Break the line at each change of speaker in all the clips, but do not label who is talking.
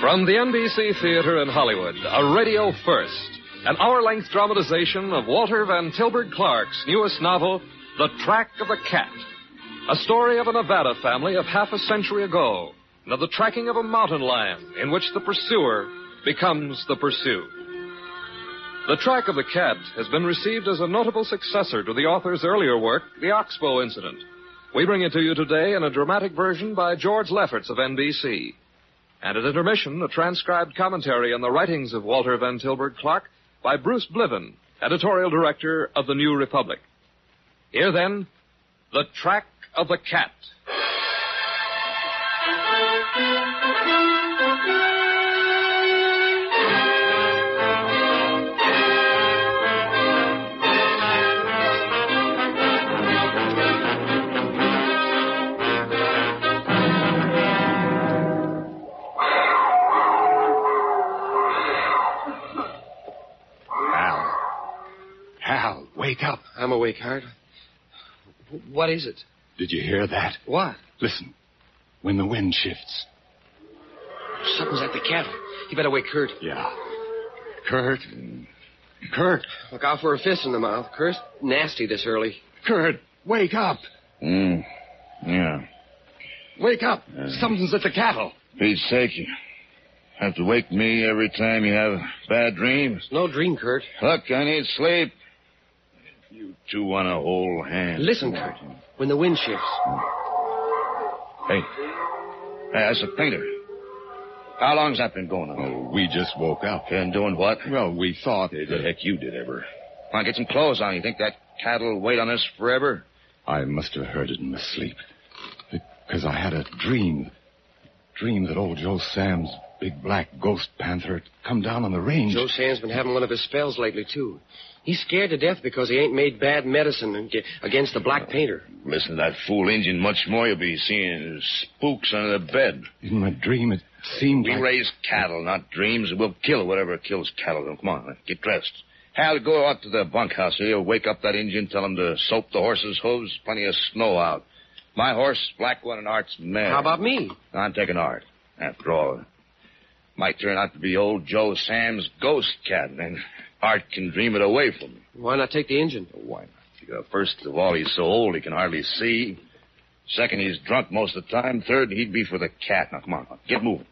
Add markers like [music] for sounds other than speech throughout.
From the NBC Theater in Hollywood, a radio first, an hour length dramatization of Walter Van Tilburg Clark's newest novel, The Track of the Cat. A story of a Nevada family of half a century ago, and of the tracking of a mountain lion in which the pursuer becomes the pursued. The Track of the Cat has been received as a notable successor to the author's earlier work, The Oxbow Incident. We bring it to you today in a dramatic version by George Lefferts of NBC. And at intermission, a transcribed commentary on the writings of Walter Van Tilburg Clark by Bruce Bliven, editorial director of the New Republic. Here then, The Track of the Cat.
Hal. Hal, wake up.
I'm awake, Hart. W- What is it?
Did you hear that?
What?
Listen. When the wind shifts.
Something's at the cattle. You better wake Kurt.
Yeah. Kurt. Kurt.
Look out for a fist in the mouth. Kurt's nasty this early.
Kurt, wake up. Hmm,
Mm. Yeah.
Wake up.
Uh.
Something's at the cattle.
Pete's sake, you have to wake me every time you have bad dreams.
No dream, Kurt.
Look, I need sleep. You two want a whole hand.
Listen, Kurt. When the wind shifts.
Hey. Hey, that's a painter. How long's that been going on?
Oh, we just woke up.
Been doing what?
Well, we thought.
The heck you did ever. Come on, get some clothes on. You think that cat'll wait on us forever?
I must have heard it in my sleep. Because I had a dream. Dream that old Joe Sam's big black ghost panther had come down on the range.
Joe Sam's been having one of his spells lately, too. He's scared to death because he ain't made bad medicine ag- against the black painter.
Listen to that fool Indian much more. You'll be seeing spooks under the bed.
In my dream, it seemed
We
like...
raise cattle, not dreams. We'll kill whatever kills cattle. Come on, get dressed. Hal, go out to the bunkhouse here. Wake up that Indian. Tell him to soap the horse's hooves. Plenty of snow out. My horse, black one, and Art's mare.
How about me?
I'm taking Art. After all, might turn out to be old Joe Sam's ghost cat, and then Art can dream it away from me.
Why not take the engine?
Why not? Because First of all, he's so old he can hardly see. Second, he's drunk most of the time. Third, he'd be for the cat. Now, come on, get moving.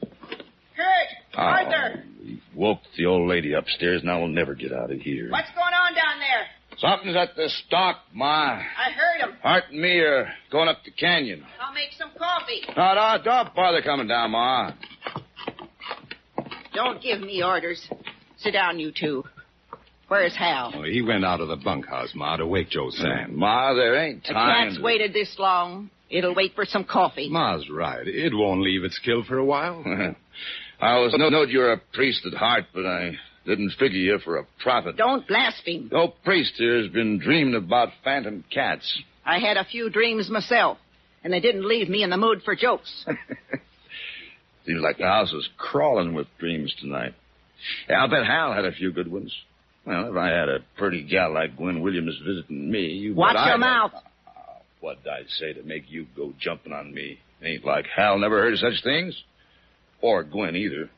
Kurt,
Oh,
Arthur,
we woke the old lady upstairs. Now we'll never get out of here.
what's going on down there?
Something's at the stock, Ma.
I heard him.
Art and me are going up the canyon.
I'll make some coffee.
No, no, don't bother coming down, Ma.
Don't give me orders. Sit down, you two. Where's Hal?
Oh, he went out of the bunkhouse, Ma, to wake Joe Sam.
Ma, there ain't
The
time.
cat's
to-
waited this long. It'll wait for some coffee.
Ma's right. It won't leave its kill for a while.
I was no knowed you were a priest at heart, but I didn't figure you for a prophet.
Don't blaspheme.
No priest here has been dreaming about phantom cats.
I had a few dreams myself, and they didn't leave me in the mood for
[laughs]
jokes.
Seems like the house is crawling with dreams tonight. Yeah, I'll bet Hal had a few good ones. Well, if I had a pretty gal like Gwen Williams visiting me, you
Watch
bet I
your
had-
mouth.
What'd I say to make you go jumping on me? Ain't like Hal never heard of such things. Or Gwen either.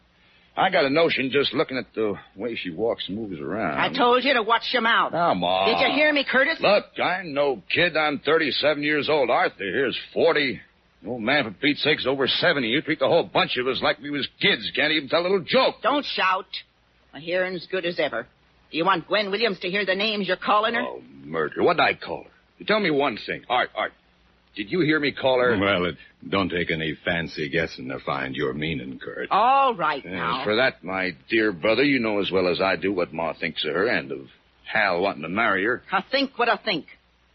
I got a notion just looking at the way she walks and moves around.
I told you to watch your mouth.
Now, Ma.
Did you hear me, Curtis?
Look, I'm no kid. I'm 37 years old. Arthur here's 40. An old man, for Pete's sake's over 70. You treat the whole bunch of us like we was kids. Can't even tell a little joke.
Don't shout. My hearing's good as ever. Do you want Gwen Williams to hear the names you're calling her?
Oh, murder. What'd I call her? You tell me one thing. Art, Art. Did you hear me call her?
Well, it don't take any fancy guessing to find your meaning, Kurt.
All right
And
now.
for that, my dear brother, you know as well as I do what Ma thinks of her and of Hal wanting to marry her.
I think what I think.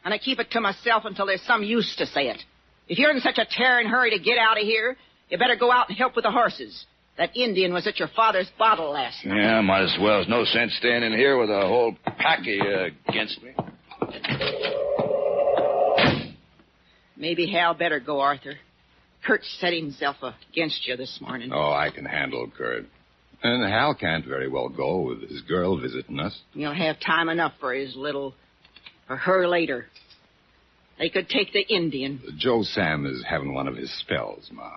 And I keep it to myself until there's some use to say it. If you're in such a tearing hurry to get out of here, you better go out and help with the horses. That Indian was at your father's bottle last night.
Yeah, might as well. There's no sense staying in here with a whole pack of you against me.
Maybe Hal better go, Arthur. Kurt set himself against you this morning.
Oh, I can handle Kurt. And Hal can't very well go with his girl visiting us.
You'll have time enough for his little. for her later. They could take the Indian
Joe Sam is having one of his spells, Ma.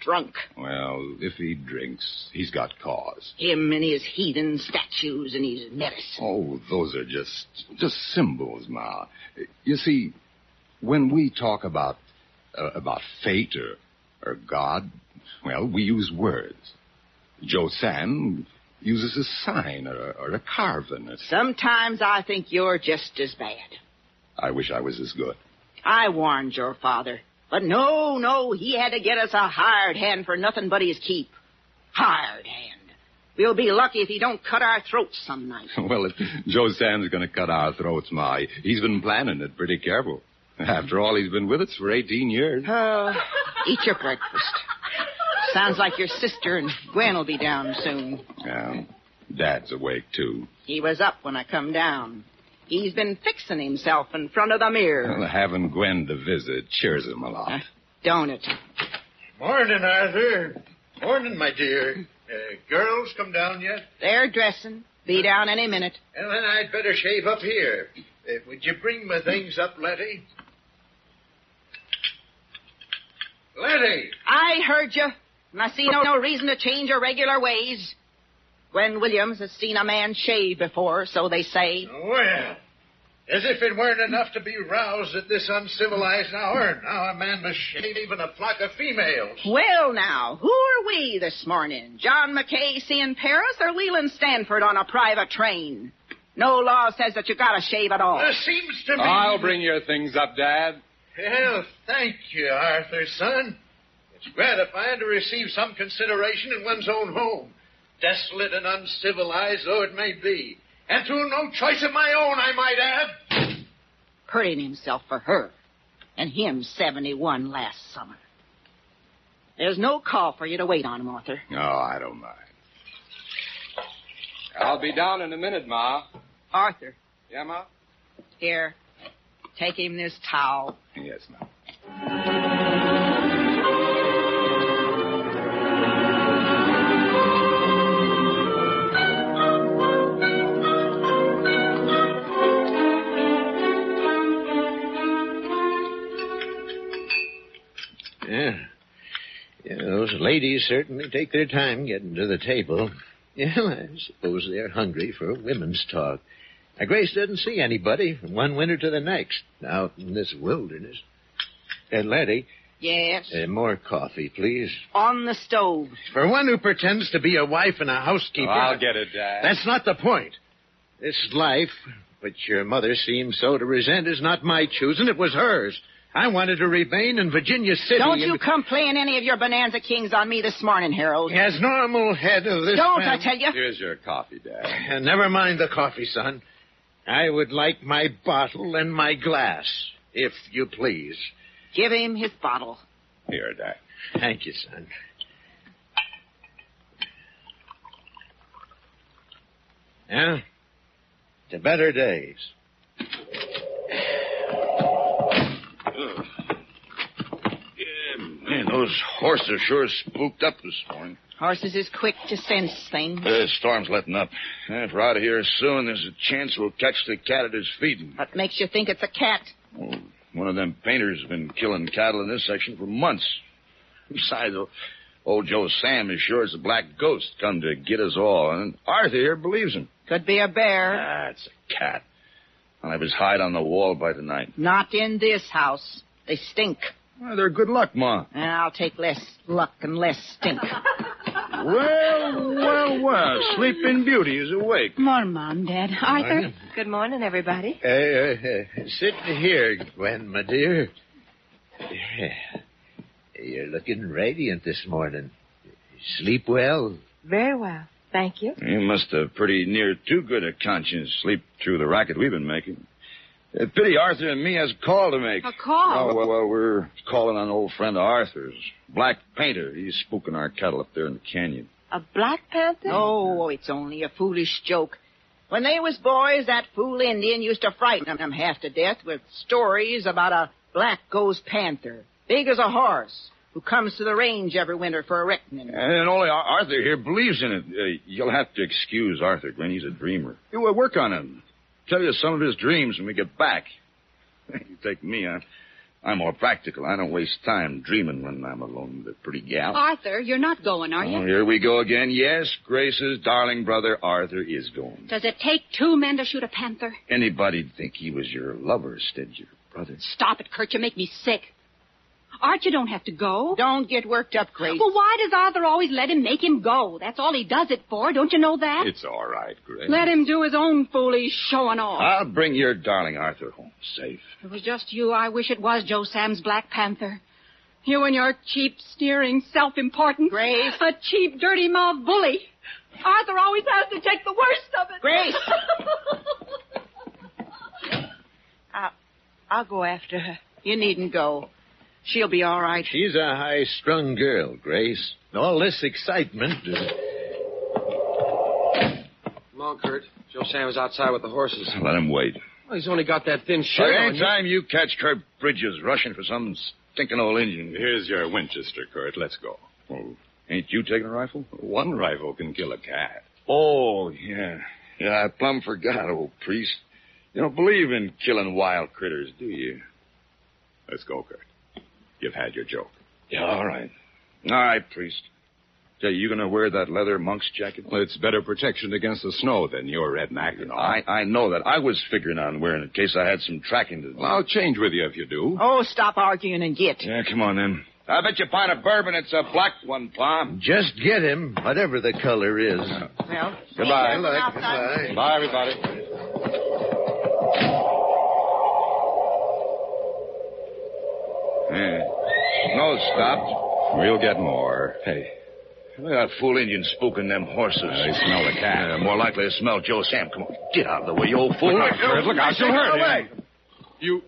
drunk.
Well, if he drinks, he's got cause.
Him and his heathen statues and his medicine.
Oh, those are just just symbols, Ma. You see, when we talk about uh, about fate or or God, well, we use words. Joe Sam uses a sign or, or a carving.
Sometimes I think you're just as bad.
I wish I was as good.
I warned your father. But no, no, he had to get us a hired hand for nothing but his keep. Hired hand. We'll be lucky if he don't cut our throats some night.
[laughs] Well, if Joe Sam's going to cut our throats, Ma, he's been planning it pretty careful. After all, he's been with us for 18 years.
Oh, eat your breakfast. Sounds like your sister and Gwen will be down soon.
Yeah. Dad's awake, too.
He was up when I come down. He's been fixing himself in front of the mirror.
Well, having Gwen to visit cheers him a lot.
Don't it?
Morning, Arthur. Morning, my dear. Uh, girls come down yet?
They're dressing. Be down any minute.
And then I'd better shave up here. Uh, would you bring my things up, Letty? Letty!
I heard you, and I see no, no reason to change your regular ways. Gwen Williams has seen a man shave before, so they say.
Well, as if it weren't enough to be roused at this uncivilized hour, now a man must shave even a flock of females.
Well, now, who are we this morning? John McKay seeing Paris or Leland Stanford on a private train? No law says that you gotta shave at all.
There seems to be.
I'll bring your things up, Dad.
Well, thank you, Arthur, son. It's gratifying to receive some consideration in one's own home, desolate and uncivilized though it may be. And through no choice of my own, I might add.
Hurting himself for her. And him 71 last summer. There's no call for you to wait on him, Arthur.
Oh, I don't mind.
I'll be down in a minute, Ma.
Arthur,
Yeah, Ma?
here. Take him this towel.
Yes, ma'am.
Yeah. yeah. Those ladies certainly take their time getting to the table. Yeah, I suppose they're hungry for women's talk. Now, Grace doesn't see anybody from one winter to the next out in this wilderness. And Letty,
Yes.
uh, more coffee, please.
On the stove.
For one who pretends to be a wife and a
Oh,
housekeeper.
I'll get it, Dad.
That's not the point. This life, which your mother seemed so to resent, is not my choosing. It was hers. I wanted to remain in Virginia City.
Don't
and-
you come playing any of your Bonanza Kings on me this morning, Harold.
As normal head of this
Don't, I
family-
tell you.
Here's your coffee, Dad.
Uh, [sighs] Never mind the coffee, son. I would like my bottle and my glass, if you please.
Give him his bottle.
Here, Dad.
Thank you, son. Yeah? To better days.
Yeah, man, those horses sure spooked up this morning.
Horses is quick to sense things.
The storm's letting up. If we're out of here soon, there's a chance we'll catch the cat at his feeding.
What makes you think it's a cat?
Oh, one of them painters has been killing cattle in this section for months. Besides, o- old Joe Sam is sure as a black ghost come to get us all, and Arthur here believes him.
Could be a bear.
Ah, it's a cat. I'll have his hide on the wall by tonight.
Not in this house. They stink.
Well, they're good luck, Ma.
And I'll take less luck and less stink.
Well, well, well. Sleeping Uh, Beauty is awake.
Morning, Mom, Dad. Arthur. Good morning, everybody.
Uh, uh, uh, sit here, Gwen, my dear. Yeah. You're looking radiant this morning. Sleep well.
Very well. Thank you.
You must have pretty near too good a conscience sleep through the racket we've been making. Uh, Pity Arthur and me has a call to make.
A call?
Oh, well, well, we're calling on an old friend of Arthur's, Black Painter. He's spooking our cattle up there in the canyon.
A Black Panther?
Oh, it's only a foolish joke. When they was boys, that fool Indian used to frighten them half to death with stories about a black goes panther, big as a horse, who comes to the range every winter for a reckoning.
And only Ar- Arthur here believes in it. Uh, you'll have to excuse Arthur, Glenn. He's a dreamer. You uh, work on him. Tell you some of his dreams when we get back. [laughs] you take me, I, I'm more practical. I don't waste time dreaming when I'm alone with a pretty gal.
Arthur, you're not going, are
Oh,
you?
here we go again. Yes, Grace's darling brother Arthur is going.
Does it take two men to shoot a panther?
Anybody'd think he was your lover instead of your brother.
Stop it, Kurt. You make me sick. Art, you don't have to go.
Don't get worked up, Grace.
Well, why does Arthur always let him make him go? That's all he does it for. Don't you know that?
It's all right, Grace.
Let him do his own foolish showing off.
I'll bring your darling Arthur home safe.
If it was just you, I wish it was Joe Sam's Black Panther. You and your cheap, sneering, self-important.
Grace.
A cheap, dirty-mouthed bully. Arthur always has to take the worst of it.
Grace.
[laughs]
I'll go after her. You needn't go. She'll be all right.
She's a high strung girl, Grace. All this excitement. uh,
Come on, Kurt. Joe Sam is outside with the horses.
Let him wait.
Well, he's only got that thin
Sure,
shirt on.
any time you catch Kurt Bridges rushing for some stinking old Indian.
Here's your Winchester, Kurt. Let's go.
Oh, ain't you taking a rifle?
One rifle can kill a cat.
Oh, yeah. Yeah, I plumb forgot, old priest. You don't believe in killing wild critters, do you?
Let's go, Kurt. You've had your joke.
Yeah, all right. All right, priest. Say, you gonna wear that leather monk's jacket?
Well, it's better protection against the snow than your red Mackinaw.
I, I know that. I was figuring on wearing it in case I had some tracking to do.
Well, I'll change with you if you do.
Oh, stop arguing and get.
Yeah, come on then. I bet you a pint of bourbon it's a black one, Tom.
Just get him, whatever the color is.
Well,
Goodbye.
ain't nothing outside.
Bye, everybody. Yeah. No, it stopped.
We'll get more. Hey,
Look at that fool Indian spooking them horses.
they smell the cat.
Yeah, more likely to smell Joe Sam. Come on, get out of the way, you old fool.
Look out, Fred, look out, you'll hurt him. You,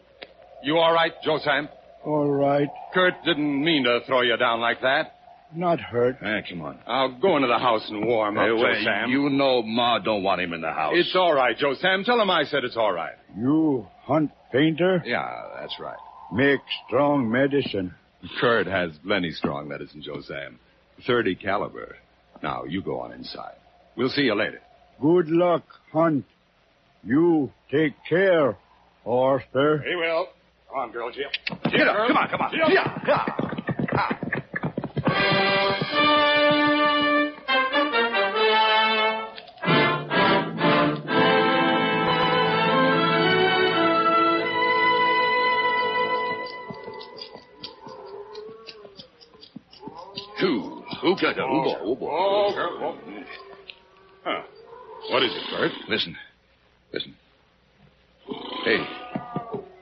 you all right, Joe Sam?
All right.
Kurt didn't mean to throw you down like that.
Not hurt.
Ah, come on.
I'll go into the house and warm up,
Hey,
Joe
wait,
Sam.
you know Ma don't want him in the house.
It's all right, Joe Sam. Tell him I said it's all right.
You hunt painter,
Yeah, that's right.
make strong medicine.
Kurt has plenty strong medicine, Joe Sam. 30 caliber. Now, you go on inside. We'll see you later.
Good luck, hunt. You take care, Arthur.
He will. Come on, girl, Jim.
Get up. Come on, come on. Yeah, yeah. Who? Who got that?
Oh,
Who bought- who bought-
Huh. What is it, Bert?
Listen. Listen. Hey.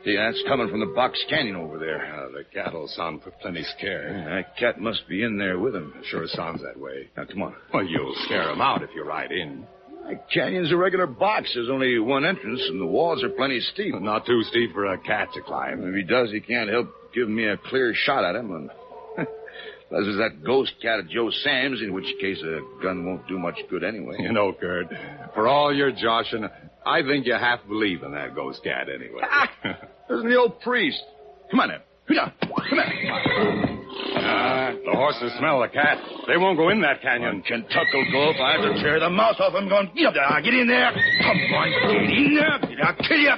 Hey, that's coming from the box canyon over there.
Uh, the cattle sound p- plenty scared.
That cat must be in there with him.
Sure sounds that way.
Now, come on.
Well, you'll scare 'em out if you ride in.
That canyon's a regular box. There's only one entrance, and the walls are plenty steep.
Not too steep for a cat to climb.
If he does, he can't help giving me a clear shot at him. And [laughs] unless it's that ghost cat of Joe Sam's, in which case a gun won't do much good anyway.
You know, Kurt, for all your joshing, I think you half believe in that ghost cat anyway.
Isn't Ah, the old priest? Come on, now. Come on. Come on.
Ah, the horses smell the cat. They won't go in that canyon.
And Kentucky'll go if I have to tear the mouth off him. Going, get up there, now. get in there. Come on, get in there. I'll kill you.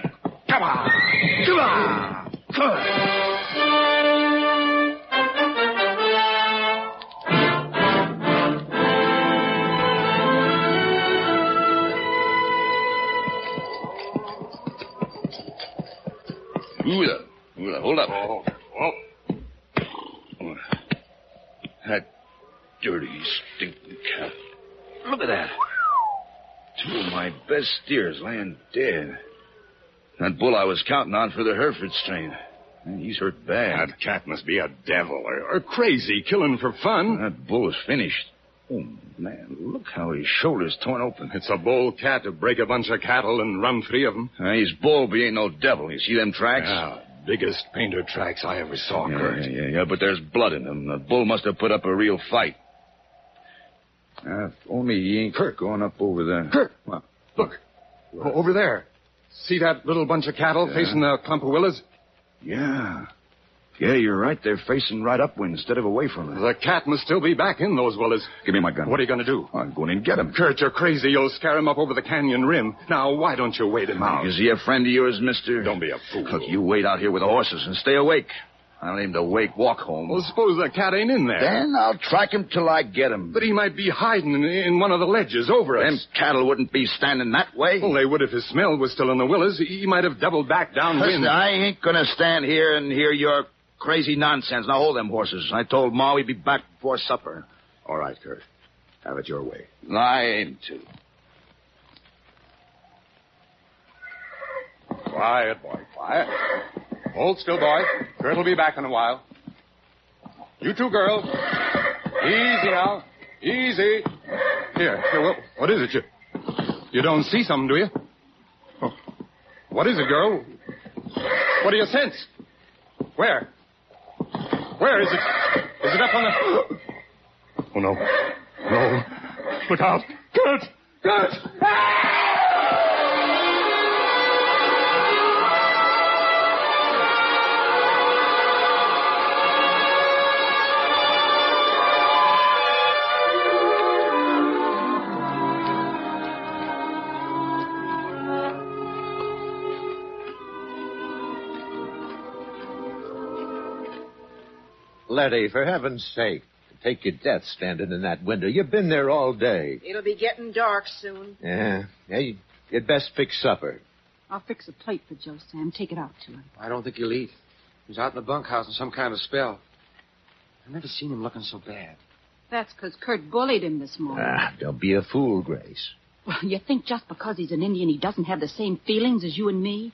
Come on, come on, come on. Ooh, ooh, hold up.
Oh,
That dirty, stinking cat. Look at that. Two of my best steers laying dead. That bull I was counting on for the Hereford strain. He's hurt bad.
That cat must be a devil or, or crazy, killing for fun.
That bull is finished. Oh, man, look how his shoulder's torn open.
It's a bold cat to break a bunch of cattle and run free of 'em.
Uh, he's bull, but he ain't no devil. You see them tracks?
Yeah, Ah, biggest painter tracks I ever saw, Kurt.
yeah, yeah, yeah, but there's blood in them. The bull must have put up a real fight. Uh, if only he ain't Kirk going up over there.
Kurt,
Well,
look. O- Over there. See that little bunch of cattle
Yeah.
facing the clump of willows?
Yeah. Yeah, you're right. They're facing right upwind instead of away from it.
The cat must still be back in those willows.
Give me my gun.
What are you going to do?
I'm going in and get him.
Kurt, you're crazy. You'll scare him up over the canyon rim. Now, why don't you wait him out?
Is he a friend of yours, mister?
Don't be a fool.
Look, you wait out here with the horses and stay awake. I don't aim to wake walk home.
Well, suppose the cat ain't in there.
then I'll track him till I get him.
But he might be hiding in, in one of the ledges over us.
Them cattle wouldn't be standing that way.
Well, they would if his smell was still in the willows. He might have doubled back downwind.
Listen, I ain't gonna stand here and hear your crazy nonsense. Now hold them horses. I told Ma we'd be back before supper.
All right, Kurt. Have it your way.
I aim to.
Quiet, boy, quiet. Hold still, boy. Kurt will be back in a while. You two girls. Easy now. Easy. Here, here what, what is it? You, you don't see something, do you? Oh. What is it, girl? What do you sense? Where? Where is it? Is it up on the. Oh, no. No. Look out. Kurt! Kurt!
Letty, for heaven's sake, take your death standing in that window. You've been there all day.
It'll be getting dark soon.
Yeah. Hey, you'd best fix supper.
I'll fix a plate for Joe Sam. Take it out to him.
I don't think he'll eat. He's out in the bunkhouse in some kind of spell. I've never seen him looking so bad.
That's because Kurt bullied him this morning.
Ah, don't be a fool, Grace.
Well, you think just because he's an Indian, he doesn't have the same feelings as you and me?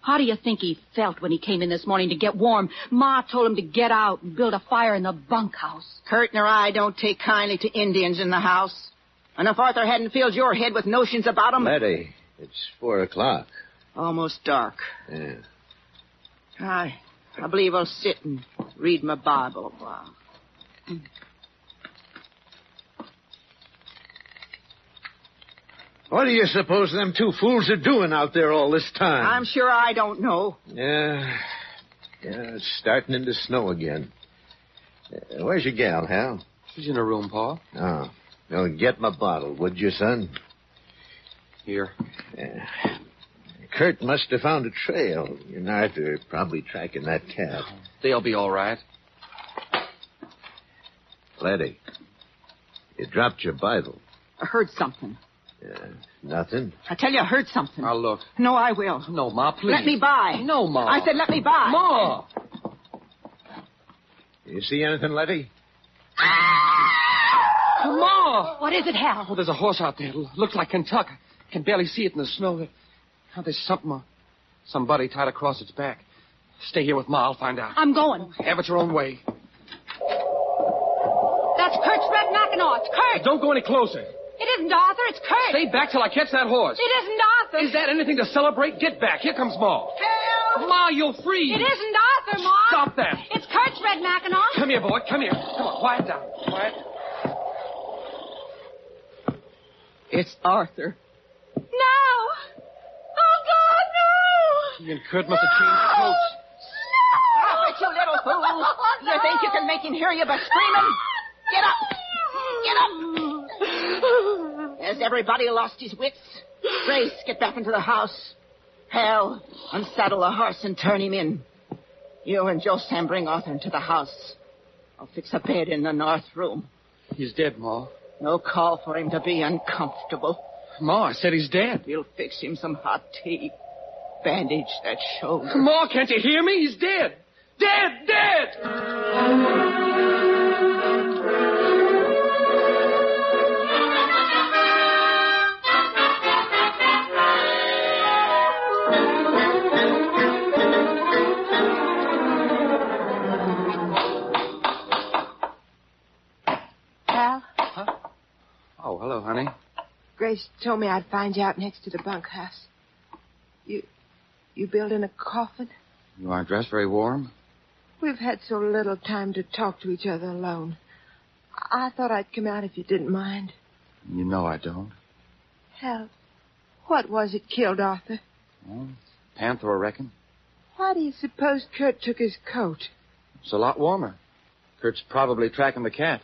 How do you think he felt when he came in this morning to get warm? Ma told him to get out and build a fire in the bunkhouse.
Kurt nor I don't take kindly to Indians in the house. And if Arthur hadn't filled your head with notions about 'em,
Letty, it's four o'clock.
Almost dark.
Yeah.
I, I believe I'll sit and read my Bible a while.
What do you suppose them two fools are doing out there all this time?
I'm sure I don't know.
Yeah. Yeah, it's starting into snow again. Uh, where's your gal, Hal?
She's in her room, Pa.
Oh. Well, get my bottle, would you, son?
Here.
Yeah. Kurt must have found a trail. You and Arthur are probably tracking that cat.
They'll be all right.
Letty, you dropped your Bible.
I heard something.
Yeah. Nothing?
I tell you, I heard something.
I'll look.
No, I will.
No, Ma, please.
Let me by.
No, Ma.
I said, let me by.
Ma!
You see anything, Letty?
Ma!
What is it, Hal?
Oh, there's a horse out there. L- Looks like Kentucky. Can barely see it in the snow. There- Oh, there's something, uh, somebody tied across its back. Stay here with Ma. I'll find out.
I'm going.
Have it your own way.
That's Kurt's red Mackinaw. It's Kurt.
Don't go any closer.
It isn't Arthur. It's Kurt.
Stay back till I catch that horse.
It isn't Arthur.
Is that anything to celebrate? Get back. Here comes Ma.
Hal!
Ma, you'll freeze.
It isn't Arthur, Ma.
Stop that.
It's Kurt's red Mackinaw.
Come here, boy. Come here. Come on. Quiet down. Quiet.
It's Arthur.
No. Oh, God, no.
He and Kurt must have changed coats.
Stop it, you little fool. You think you can make him hear you by screaming? Get up. Get up. Has everybody lost his wits? Grace, get back into the house. Hal, unsaddle the horse and turn him in. You and Joe Sam bring Arthur into the house. I'll fix a bed in the north room.
He's dead, Ma.
No call for him to be uncomfortable.
Ma, I said he's dead.
We'll fix him some hot tea. Bandage that shoulder.
Ma, can't you hear me? He's dead. Dead, dead. Oh,
Grace told me I'd find you out next to the bunkhouse. You, you building a coffin?
You aren't dressed very warm.
We've had so little time to talk to each other alone. I thought I'd come out if you didn't mind.
You know I don't.
Hell, what was it killed Arthur?
Well, Panther, I reckon.
Why do you suppose Kurt took his coat?
It's a lot warmer. Kurt's probably tracking the cat.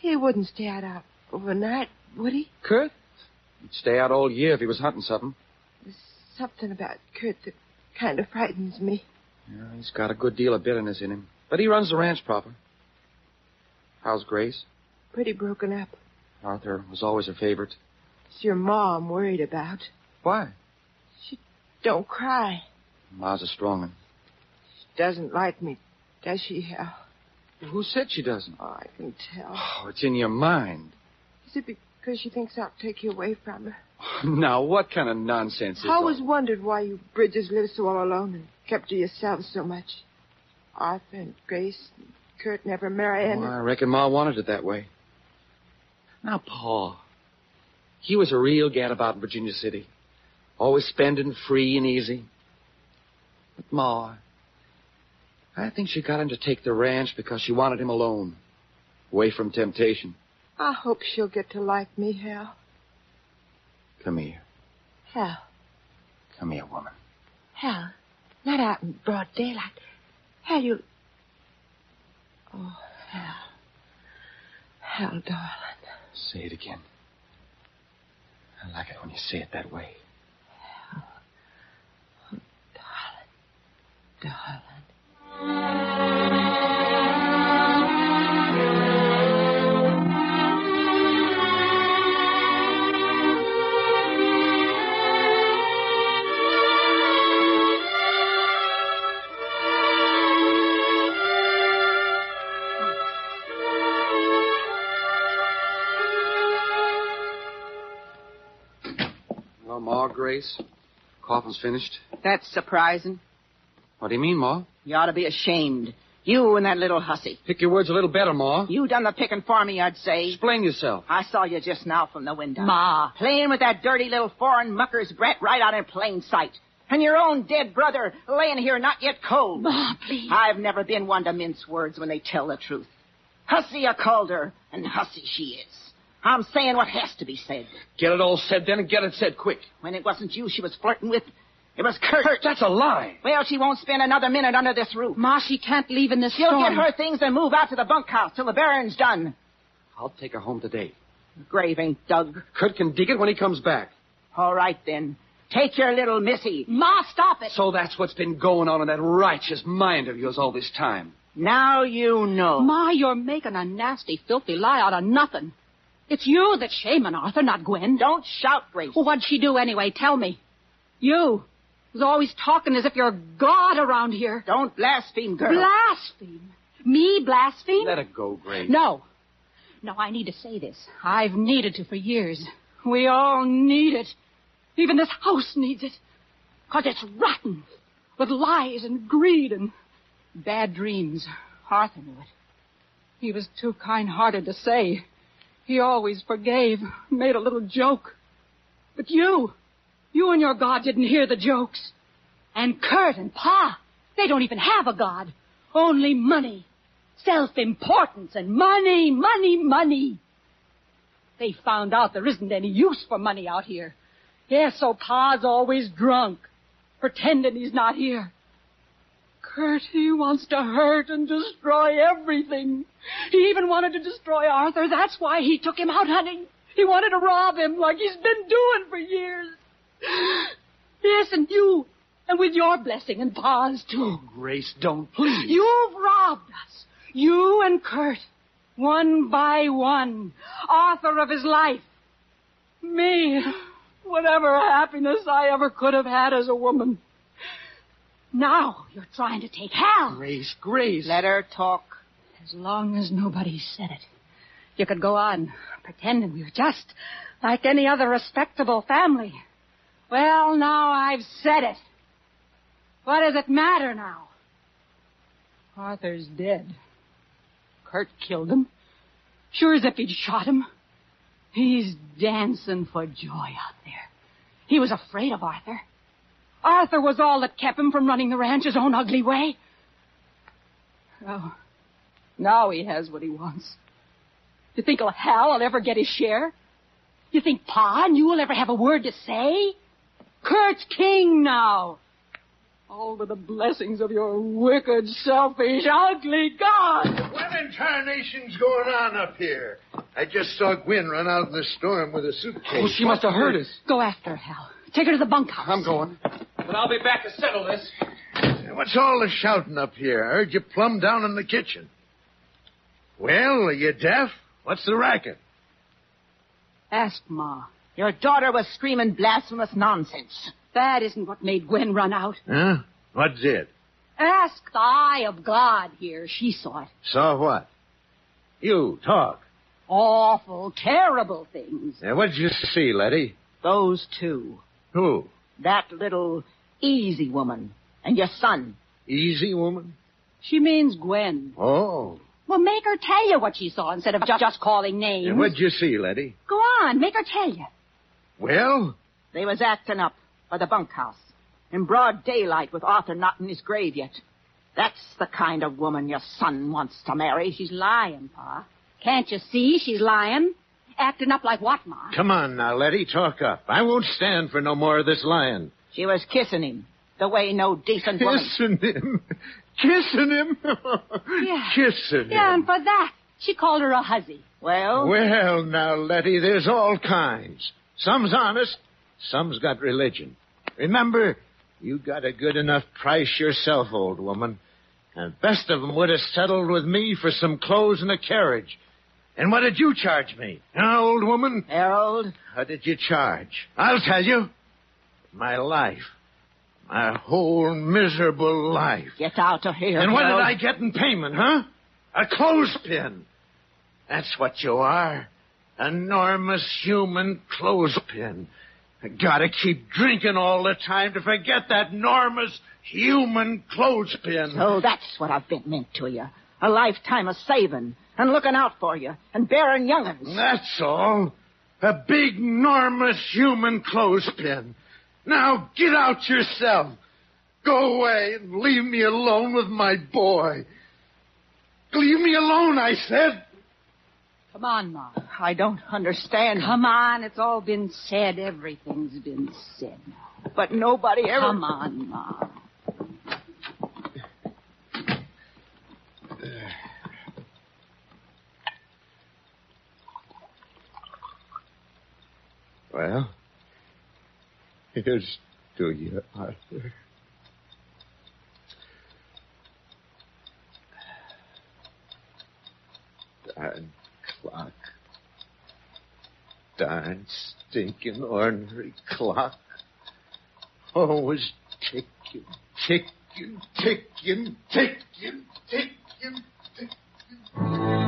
He wouldn't stay out out overnight, would he?
Kurt? He'd stay out all year if he was hunting something.
There's something about Kurt that kind of frightens me.
Yeah, Uh, he's got a good deal of bitterness in him. But he runs the ranch proper. How's Grace?
Pretty broken up.
Arthur was always her favorite.
It's your ma I'm worried about.
Why?
She don't cry.
Ma's a strong one.
She doesn't like me, does she, Hal?
Who said she doesn't?
Oh, I can tell.
Oh, it's in your mind. [laughs]
Is it because she thinks I'll take you away from her?
now, what kind of nonsense is
I always wondered why you Bridges lived so all alone and kept to yourselves so much. Arthur and Grace and Kurt never married.
that?
and
Well, I reckon Ma wanted it that way. Now, Paul, he was a real gadabout in Virginia City. Always spending free and easy. But Ma, I think she got him to take the ranch because she wanted him alone. Away from temptation.
I hope she'll get to like me, Hal.
Come here.
Hal.
Come here, woman.
Hal. Not out in broad daylight. Hal, you... Oh, Hal. Hal, darling.
Say it again. I like it when you say it that way. Well, Ma, Grace, coffin's finished.
That's surprising.
What do you mean, Ma?
You ought to be ashamed. You and that little hussy.
Pick your words a little better, Ma.
You done the picking for me, I'd say.
Explain yourself.
I saw you just now from the window.
Ma.
Playing with that dirty little foreign mucker's brat right out in plain sight. And your own dead brother laying here not yet cold.
Ma, please.
I've never been one to mince words when they tell the truth. Hussy I called her, and hussy she is. I'm saying what has to be said.
Get it all said then and get it said quick.
When it wasn't you she was flirting with, it was Kurt.
that's a lie.
Well, she won't spend another minute under this roof.
Ma, she can't leave in this
She'll
storm.
get her things and move out to the bunkhouse till the Baron's done.
I'll take her home today.
Grave ain't dug.
Kurt can dig it when he comes back.
All right, then. Take your little missy.
Ma, stop it.
So that's what's been going on in that righteous mind of yours all this time.
Now you know.
Ma, you're making a nasty, filthy lie out of nothing. It's you that's shaming Arthur, not Gwen.
Don't shout, Grace.
Well, what'd she do anyway? Tell me. You. Was always talking as if you're a god around here.
Don't blaspheme, girl.
Blaspheme. Me blaspheme?
Let it go, Grace.
No. No, I need to say this. I've needed to for years. We all need it. Even this house needs it. 'Cause it's rotten. With lies and greed and bad dreams. Arthur knew it. He was too kind-hearted to say. He always forgave, made a little joke. But you, you and your God didn't hear the jokes. And Kurt and Pa, they don't even have a God. Only money. Self-importance and money, money, money. They found out there isn't any use for money out here. Yes, so Pa's always drunk, pretending he's not here. Kurt, he wants to hurt and destroy everything. He even wanted to destroy Arthur. That's why he took him out hunting. He wanted to rob him like he's been doing for years. Yes, and you. And with your blessing and Pa's too.
Grace, don't, please.
You've robbed us. You and Kurt. One by one. Author of his life. Me. Whatever happiness I ever could have had as a woman. Now you're trying to take Hal.
Grace, Grace.
Let her talk.
As long as nobody said it. You could go on pretending we were just like any other respectable family. Well, now I've said it. What does it matter now? Arthur's dead. Kurt killed him. Sure as if he'd shot him. He's dancing for joy out there. He was afraid of Arthur. Arthur was all that kept him from running the ranch his own ugly way. Oh, now he has what he wants. You think oh, Hal will ever get his share? You think Pa and you will ever have a word to say? Kurt's king now. All with the blessings of your wicked, selfish, ugly God.
What in tarnation's going on up here? I just saw Gwen run out in the storm with a suitcase.
Oh, she must have heard us.
Go after her, Hal. Take her to the bunkhouse.
I'm going.
But I'll be back to settle this. What's all the shouting up here? I heard you plumb down in the kitchen. Well, are you deaf? What's the racket?
Ask Ma.
Your daughter was screaming blasphemous nonsense.
That isn't what made Gwen run out.
Huh? What's it?
Ask the eye of God here. She saw it.
Saw what? You talk.
Awful, terrible things.
Now, what'd you see, Letty?
Those two.
Who?
That little easy woman and your son.
Easy woman?
She means Gwen.
Oh.
Well, make her tell you what she saw instead of ju- just calling names.
Now, what'd you see, Letty?
Go on, make her tell you.
Well?
They was acting up by the bunkhouse in broad daylight with Arthur not in his grave yet. That's the kind of woman your son wants to marry.
She's lying, Pa. Can't you see she's lying? Acting up like what, Ma?
Come on now, Letty, talk up. I won't stand for no more of this lying.
She was kissing him the way no decent woman.
Kissing him. Kissing him.
Yeah.
Kissing
Yeah,
him.
and for that, she called her a hussy.
Well?
Well, now, Letty, there's all kinds. Some's honest, some's got religion. Remember, you got a good enough price yourself, old woman. And best of 'em would have settled with me for some clothes and a carriage. And what did you charge me, huh, old woman?
Harold?
How did you charge? I'll tell you. My life. My whole miserable life.
Get out of here.
And what did
Harold.
I get in payment, huh? A clothespin. That's what you are. Enormous human clothespin. I gotta keep drinking all the time to forget that enormous human clothespin.
So that's what I've been meant to you. A lifetime of saving and looking out for you and bearing young'uns.
That's all. A big, enormous human clothespin. Now get out yourself. Go away and leave me alone with my boy. Leave me alone, I said.
Come on, Ma.
I don't understand.
Come on, it's all been said. Everything's been said.
But nobody ever.
Come on, Ma.
Well, here's to you, Arthur.
Uh,
Darn clock. Darn stinking ornery clock. Always ticking, ticking, ticking, ticking, ticking, ticking.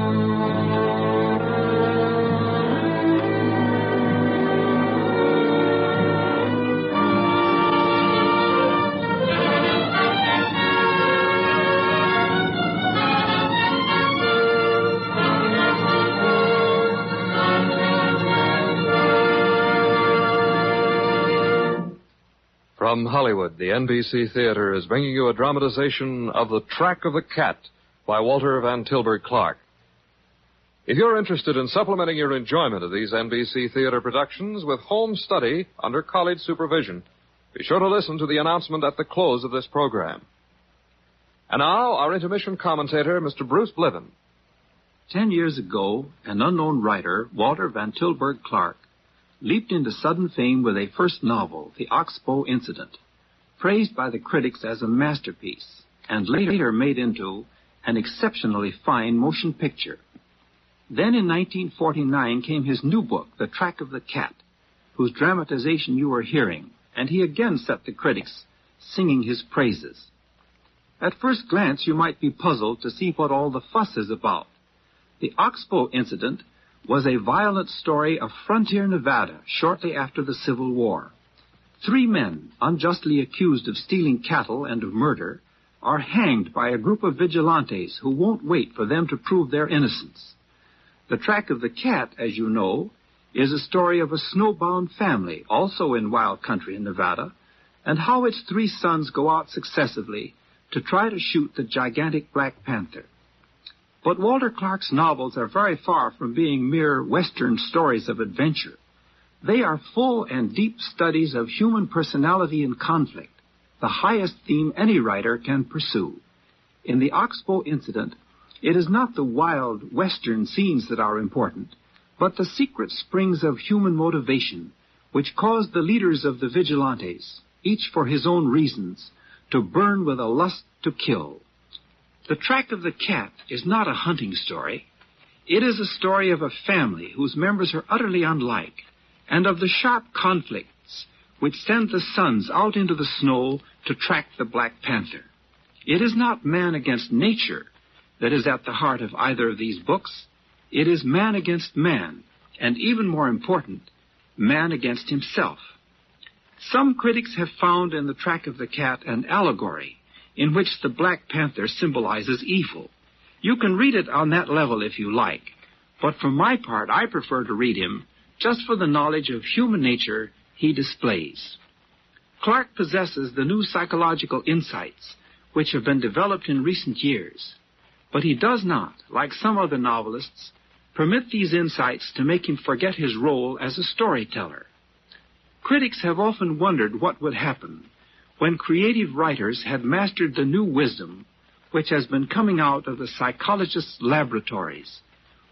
From Hollywood, the NBC Theater is bringing you a dramatization of The Track of the Cat by Walter Van Tilburg Clark. If you're interested in supplementing your enjoyment of these NBC Theater productions with home study under college supervision, be sure to listen to the announcement at the close of this program. And now, our intermission commentator, Mr. Bruce Bliven.
Ten years ago, an unknown writer, Walter Van Tilburg Clark, leaped into sudden fame with a first novel, The Oxbow Incident, praised by the critics as a masterpiece, and later made into an exceptionally fine motion picture. Then in 1949 came his new book, The Track of the Cat, whose dramatization you are hearing, and he again set the critics singing his praises. At first glance, you might be puzzled to see what all the fuss is about. The Oxbow incident was a violent story of frontier Nevada shortly after the Civil War. Three men, unjustly accused of stealing cattle and of murder, are hanged by a group of vigilantes who won't wait for them to prove their innocence. The track of the cat, as you know, is a story of a snowbound family, also in wild country in Nevada, and how its three sons go out successively to try to shoot the gigantic black panther. But Walter Clark's novels are very far from being mere Western stories of adventure. They are full and deep studies of human personality and conflict, the highest theme any writer can pursue. In the Oxbow incident, it is not the wild Western scenes that are important, but the secret springs of human motivation, which caused the leaders of the vigilantes, each for his own reasons, to burn with a lust to kill. The Track of the Cat is not a hunting story. It is a story of a family whose members are utterly unlike, and of the sharp conflicts which send the sons out into the snow to track the Black Panther. It is not man against nature that is at the heart of either of these books. It is man against man, and even more important, man against himself. Some critics have found in The Track of the Cat an allegory in which the Black Panther symbolizes evil. You can read it on that level if you like, but for my part, I prefer to read him just for the knowledge of human nature he displays. Clark possesses the new psychological insights which have been developed in recent years, but he does not, like some other novelists, permit these insights to make him forget his role as a storyteller. Critics have often wondered what would happen when creative writers had mastered the new wisdom which has been coming out of the psychologists' laboratories,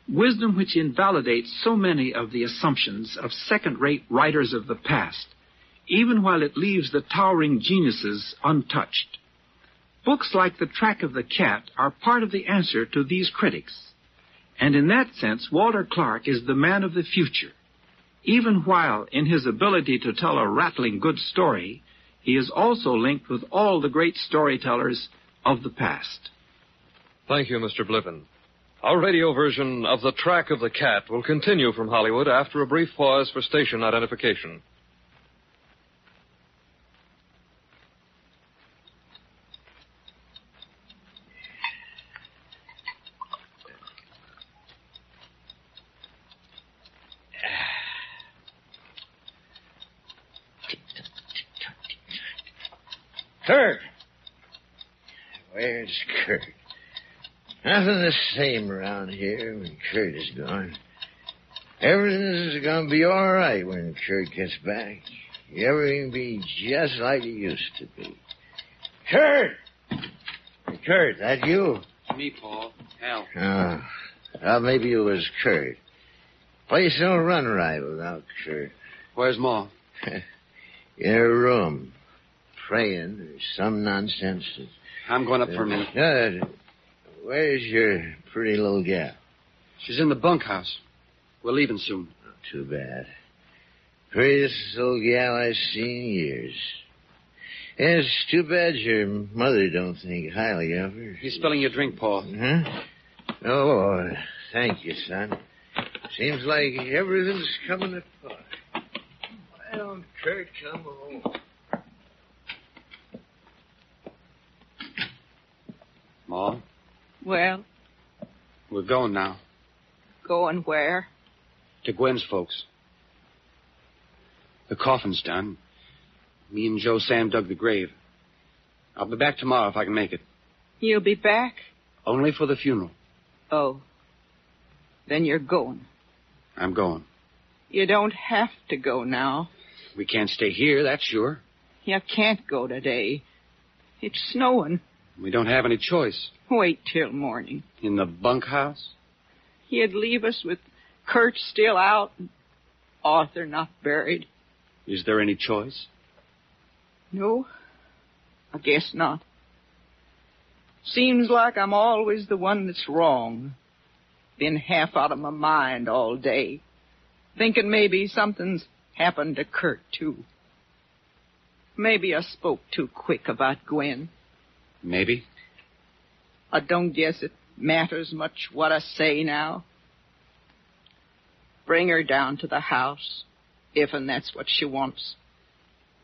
wisdom which invalidates so many of the assumptions of second rate writers of the past, even while it leaves the towering geniuses untouched. Books like The Track of the Cat are part of the answer to these critics, and in that sense, Walter Clark is the man of the future. Even while, in his ability to tell a rattling good story, he is also linked with all the great storytellers of the past.
Thank you, Mr. Blippen. Our radio version of The Track of the Cat will continue from Hollywood after a brief pause for station identification.
Kurt! Where's Kurt? Nothing the same around here when Kurt is gone. Everything is going to be all right when Kurt gets back. Everything will be just like it used to be. Kurt! Kurt, that you?
Me, Paul. Hal.
Ah.
Oh, well, maybe it was Kurt. Place don't run right without Kurt.
Where's Ma?
[laughs] In her room, praying or some nonsense.
I'm going up for a minute.
Uh, where's your pretty little gal?
She's in the bunkhouse. We're leaving soon.
Too bad. Prettiest little gal I've seen in years. And it's too bad your mother don't think highly of her.
He's spilling your drink, Paul.
Huh? Oh, thank you, son. Seems like everything's coming apart. Why don't Kurt come home?
Ma,
Well,
we're going now
going where?
to Gwen's folks. The coffin's done. Me and Joe Sam dug the grave. I'll be back tomorrow if I can make it.
You'll be back?
Only for the funeral.
Oh. Then you're going.
I'm going.
You don't have to go now.
We can't stay here, that's sure.
You can't go today. It's snowing.
We don't have any choice.
Wait till morning.
In the bunkhouse?
He'd leave us with Kurt still out and Arthur not buried.
Is there any choice?
No, I guess not. Seems like I'm always the one that's wrong. Been half out of my mind all day, thinking maybe something's happened to Kurt, too. Maybe I spoke too quick about Gwen.
Maybe.
I don't guess it matters much what I say now. Bring her down to the house, if and that's what she wants.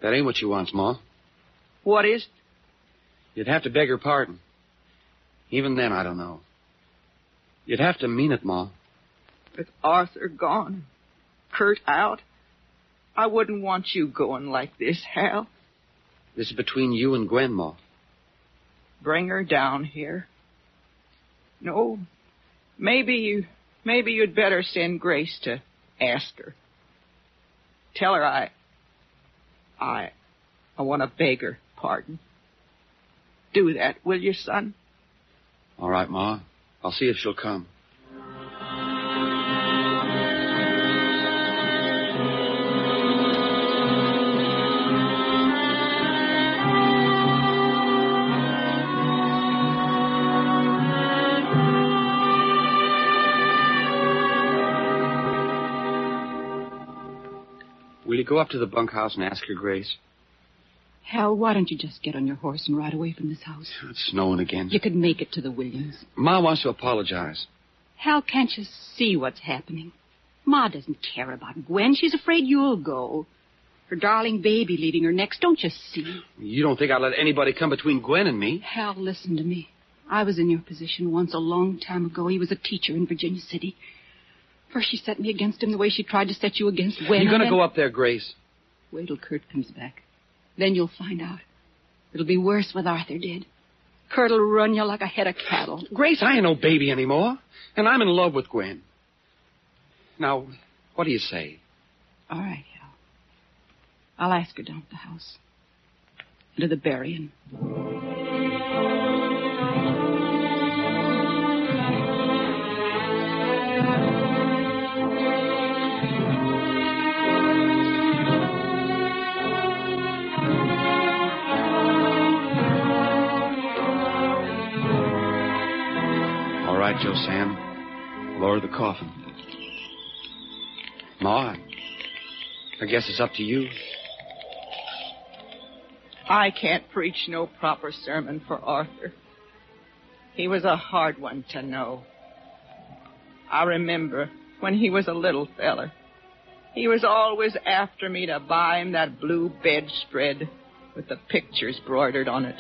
That ain't what she wants, Ma.
What is
You'd have to beg her pardon. Even then, I don't know. You'd have to mean it, Ma.
with Arthur gone? Kurt out. I wouldn't want you going like this, Hal.
This is between you and Grandma.
Bring her down here. No, maybe you, maybe you'd better send Grace to ask her. Tell her I, I, I want to beg her pardon. Do that, will you, son?
All right, Ma. I'll see if she'll come. Will you go up to the bunkhouse and ask her, Grace?
Hal, why don't you just get on your horse and ride away from this house?
It's snowing again.
You could make it to the Williams.
Ma wants to apologize.
Hal, can't you see what's happening? Ma doesn't care about Gwen. She's afraid you'll go. Her darling baby leaving her next. Don't you see?
You don't think I'd let anybody come between Gwen and me?
Hal, listen to me. I was in your position once a long time ago. He was a teacher in Virginia City. First she set me against him the way she tried to set you against Gwen.
You're
and
going to
then-
go up there, Grace.
Wait till Kurt comes back. Then you'll find out. It'll be worse what Arthur did. Kurt'll run you like a head of cattle.
Grace, I ain't no baby anymore. And I'm in love with Gwen. Now, what do you say?
All right, Hal. I'll ask her down at the house. And to the burying.
All right, Joe Sam. Lower the coffin. Ma, I guess it's up to you.
I can't preach no proper sermon for Arthur. He was a hard one to know. I remember when he was a little feller. He was always after me to buy him that blue bedspread with the pictures broidered on it.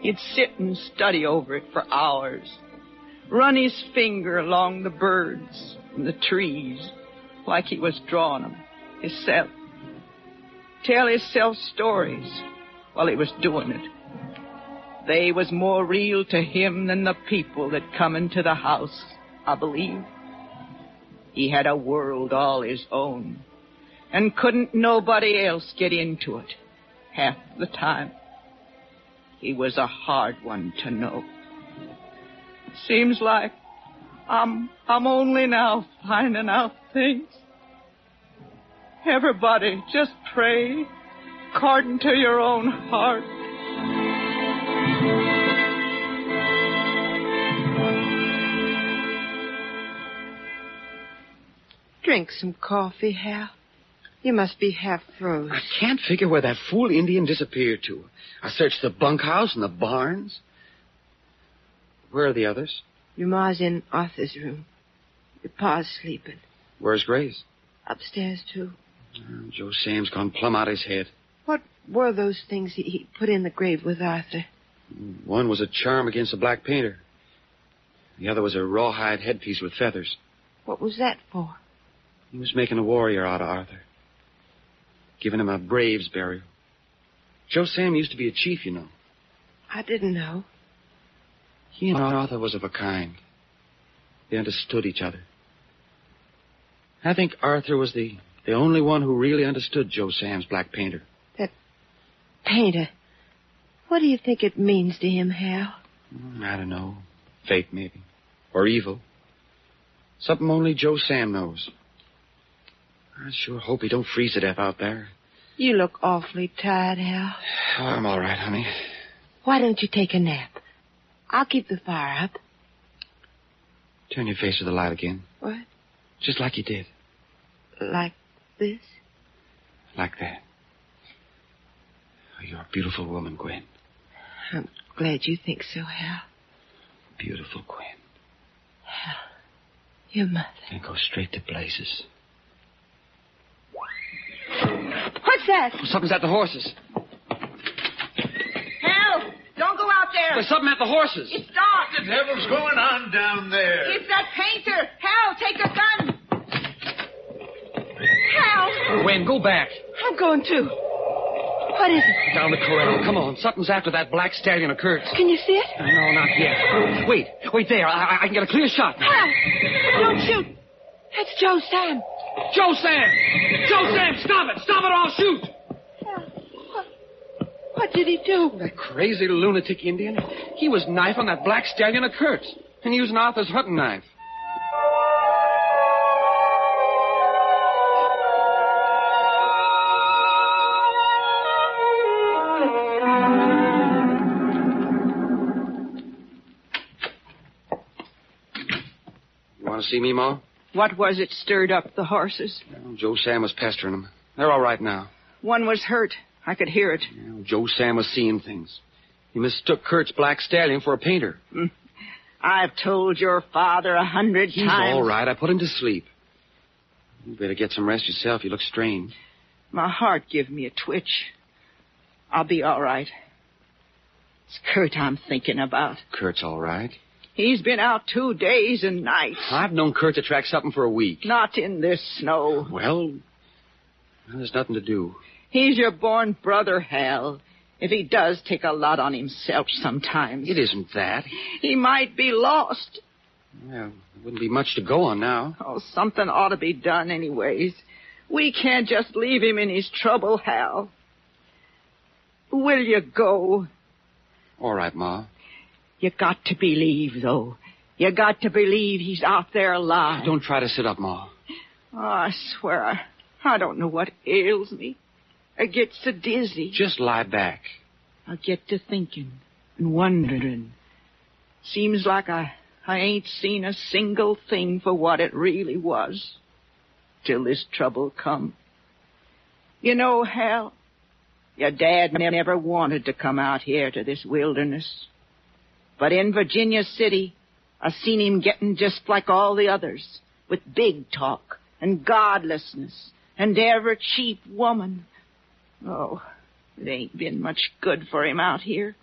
He'd sit and study over it for hours, run his finger along the birds and the trees like he was drawing 'em himself, tell himself stories while he was doing it. They was more real to him than the people that come into the house, I believe. He had a world all his own, and couldn't nobody else get into it half the time. He was a hard one to know. Seems like I'm I'm only now finding out things. Everybody, just pray according to your own heart.
Drink some coffee, Hal. You must be half froze.
I can't figure where that fool Indian disappeared to. I searched the bunkhouse and the barns. Where are the others?
Your ma's in Arthur's room. Your pa's sleeping.
Where's Grace?
Upstairs, too.
Oh, Joe Sam's gone plumb out his head.
What were those things he, he put in the grave with Arthur?
One was a charm against the black painter. The other was a rawhide headpiece with feathers.
What was that for?
He was making a warrior out of Arthur, giving him a brave's burial. Joe Sam used to be a chief, you know.
I didn't know.
He and
Uh-huh.
Arthur was of a kind. They understood each other. I think Arthur was the, the only one who really understood Joe Sam's black painter.
Painter. What do you think it means to him, Hal?
Mm, I don't know. Fate, maybe. Or evil. Something only Joe Sam knows. I sure hope he don't freeze to death out there.
You look awfully tired, Hal.
Oh, I'm all right, honey.
Why don't you take a nap? I'll keep the fire up.
Turn your face to the light again.
What?
Just like you did.
Like this?
Like that. Oh, you're a beautiful woman, Gwen.
I'm glad you think so, Hal.
Beautiful Gwen.
Hal. Your mother.
And go straight to blazes.
What's that?
Something's at the horses.
Hal, don't go out there.
There's something at the horses.
It's dark.
What the devil's going on down there?
It's that painter. Hal, take a gun.
Hal!
Gwen, go back.
I'm going too. What is it?
Down the corral. Come on. Something's after that black stallion of Kurt's.
Can you see it?
No, not yet. Wait. Wait there. I, I- I can get a clear shot.
Hal! Don't shoot! That's Joe Sam.
Joe Sam! Joe Sam, stop it! Stop it or I'll shoot!
What did he do?
That crazy lunatic Indian. He was knifing that black stallion of Kurt's and using Arthur's hunting knife. You want to see me, Ma?
What was it stirred up the horses?
Well, Joe Sam was pestering them. They're all right now.
One was hurt. I could hear it.
Well, Joe Sam was seeing things. He mistook Kurt's black stallion for a painter.
I've told your father a hundred
He's
times.
all right. I put him to sleep. You better get some rest yourself. You look strained.
My heart give me a twitch. I'll be all right. It's Kurt I'm thinking about.
Kurt's all right.
He's been out two days and nights.
I've known Kurt to track something for a week.
Not in this snow.
Well, there's nothing to do.
He's your born brother, Hal. If he does take a lot on himself sometimes,
It isn't that.
he might be lost.
Well, there wouldn't be much to go on now.
Oh, something ought to be done anyways. We can't just leave him in his trouble, Hal. Will you go?
All right, Ma.
You got to believe, though. You got to believe he's out there alive.
Don't try to sit up, Ma.
Oh, I swear, I, I don't know what ails me. I get so dizzy.
Just lie back.
I get to thinking and wondering. Seems like I, I ain't seen a single thing for what it really was till this trouble come. You know, Hal, your dad ne- never wanted to come out here to this wilderness. But in Virginia City, I seen him getting just like all the others, with big talk and godlessness and ever cheap woman. Oh, it ain't been much good for him out here.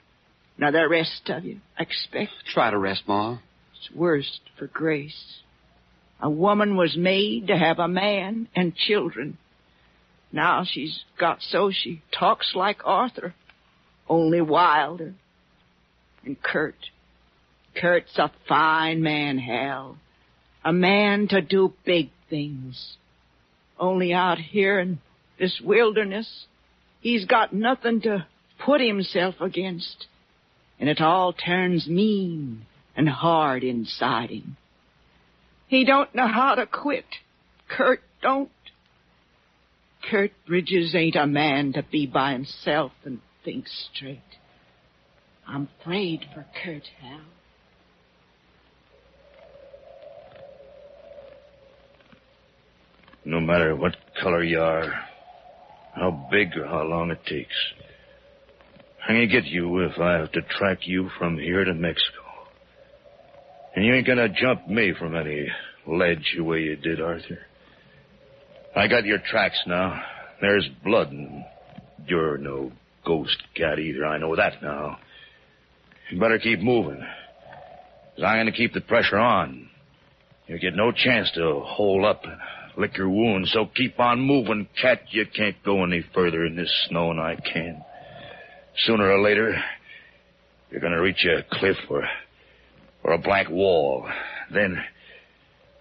Now the rest of you, I expect
Try to rest, Ma.
it's worse for Grace. A woman was made to have a man and children. Now she's got so she talks like Arthur, only wilder. And Kurt. Kurt's a fine man, Hal. A man to do big things. Only out here in this wilderness, he's got nothing to put himself against. And it all turns mean and hard inside him. He don't know how to quit. Kurt don't. Kurt Bridges ain't a man to be by himself and think straight. I'm afraid for Kurt, Hal.
No matter what color you are, how big or how long it takes, I'm gonna get you if I have to track you from here to Mexico. And you ain't gonna jump me from any ledge the way you did, Arthur. I got your tracks now. There's blood, and you're no ghost cat either. I know that now. You better keep moving. 'cause I'm gonna keep the pressure on. You get no chance to hole up lick your wound, so keep on moving, cat. You can't go any further in this snow, and I can. Sooner or later, you're gonna reach a cliff or, or a blank wall. Then,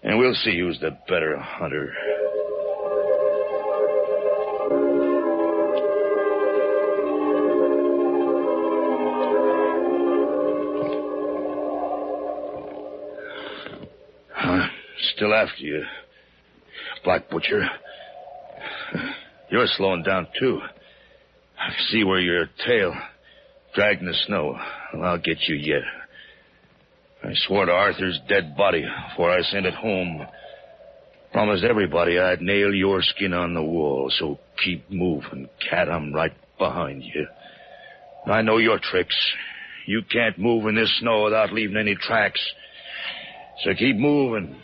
and we'll see who's the better hunter. Huh? Still after you, Black Butcher. You're slowing down, too. I can see where your tail dragged in the snow. Well, I'll get you yet. I swore to Arthur's dead body before I sent it home. Promised everybody I'd nail your skin on the wall, so keep moving, cat. I'm right behind you. I know your tricks. You can't move in this snow without leaving any tracks. So keep moving.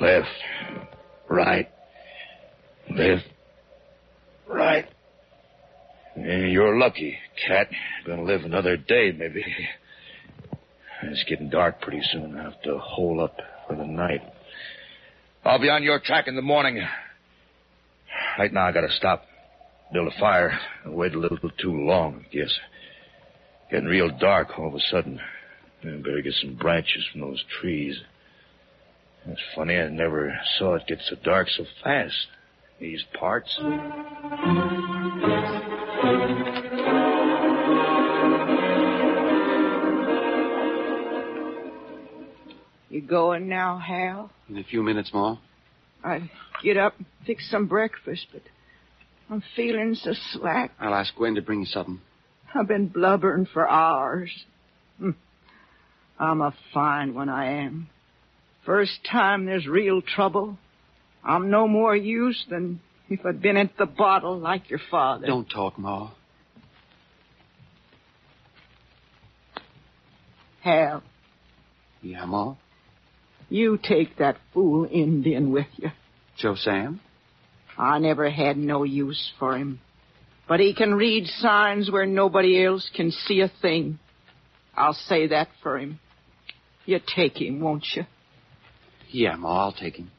Left. Right. Left. Right. Eh, You're lucky. lucky, Cat. Gonna live another day, maybe. It's getting dark pretty soon. I have to hole up for the night. I'll be on your track in the morning. Right now, I gotta stop, build a fire, and wait a little too long, I guess. Getting real dark all of a sudden. I better get some branches from those trees. It's funny, I never saw it get so dark so fast. These parts.
You going now, Hal?
In a few minutes more.
I get up, and fix some breakfast, but I'm feeling so slack.
I'll ask Gwen to bring you something.
I've been blubbering for hours. Hmm. I'm a fine one, I am. First time there's real trouble, I'm no more use than if I'd been at the bottle like your father.
Don't talk, Ma.
Hal,
Yeah, Ma?
you take that fool Indian with you.
Joe Sam?
I never had no use for him. But he can read signs where nobody else can see a thing. I'll say that for him. You take him, won't you?
Yeah, Ma, I'll take him.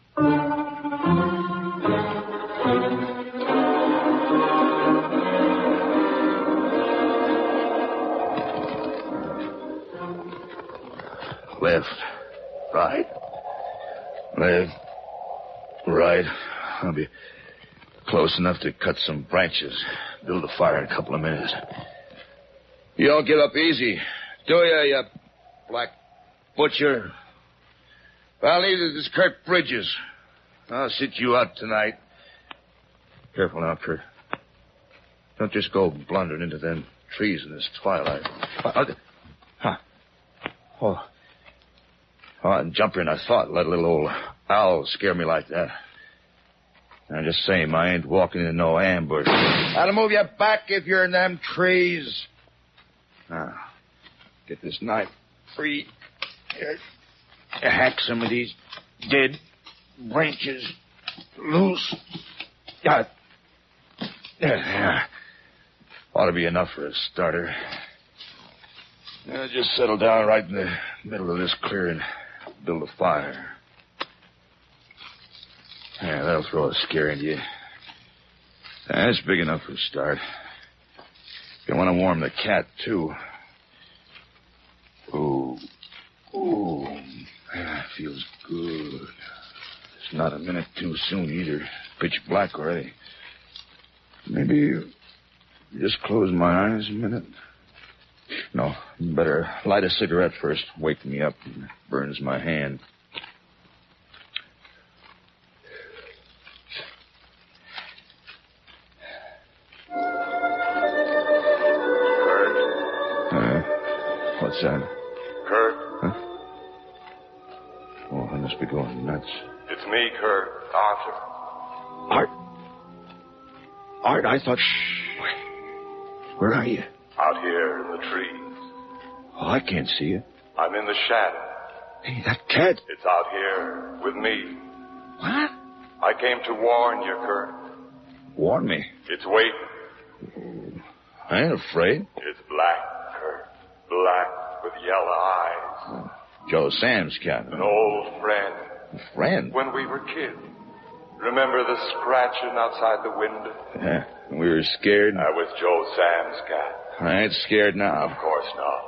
Left, right, left, right. I'll be close enough to cut some branches, build a fire in a couple of minutes. You all get up easy, do ya, you black butcher? Well, neither does Kurt Bridges. I'll sit you out tonight. Careful now, Kurt. Don't just go blundering into them trees in this twilight. Uh, uh, Huh. Oh. Oh, I'm jumping. I thought let a little old owl scare me like that. I'm just saying, I ain't walking into no ambush. I'll move you back if you're in them trees. Now, Ah, get this knife free. Here. Hack some of these dead branches loose. Yeah. Yeah. Ought to be enough for a starter. Yeah, just settle down right in the middle of this clearing. Build a fire. Yeah, that'll throw a scare into you. That's big enough for a start. You want to warm the cat, too. Ooh. Ooh. Yeah, feels good. It's not a minute too soon either. Pitch black already. Maybe just close my eyes a minute. No, better light a cigarette first. Wake me up. Burns my hand. Uh, what's that?
Kurt,
Oh, I must be going nuts.
it's me, Kurt. Arthur.
Art. Art, I thought. Shh. Where are you?
Out here in the trees.
Oh, I can't see you.
I'm in the shadow.
Hey, that cat.
It's out here with me.
What?
I came to warn you, Kurt.
Warn me.
It's waiting.
I ain't afraid.
It's black, Kurt. Black with yellow eyes.
Joe Sam's cat.
An old friend.
Friend?
When we were kids. Remember the scratching outside the window?
Yeah. We were scared.
I was Uh, Joe Sam's cat.
I ain't scared now.
Of course not.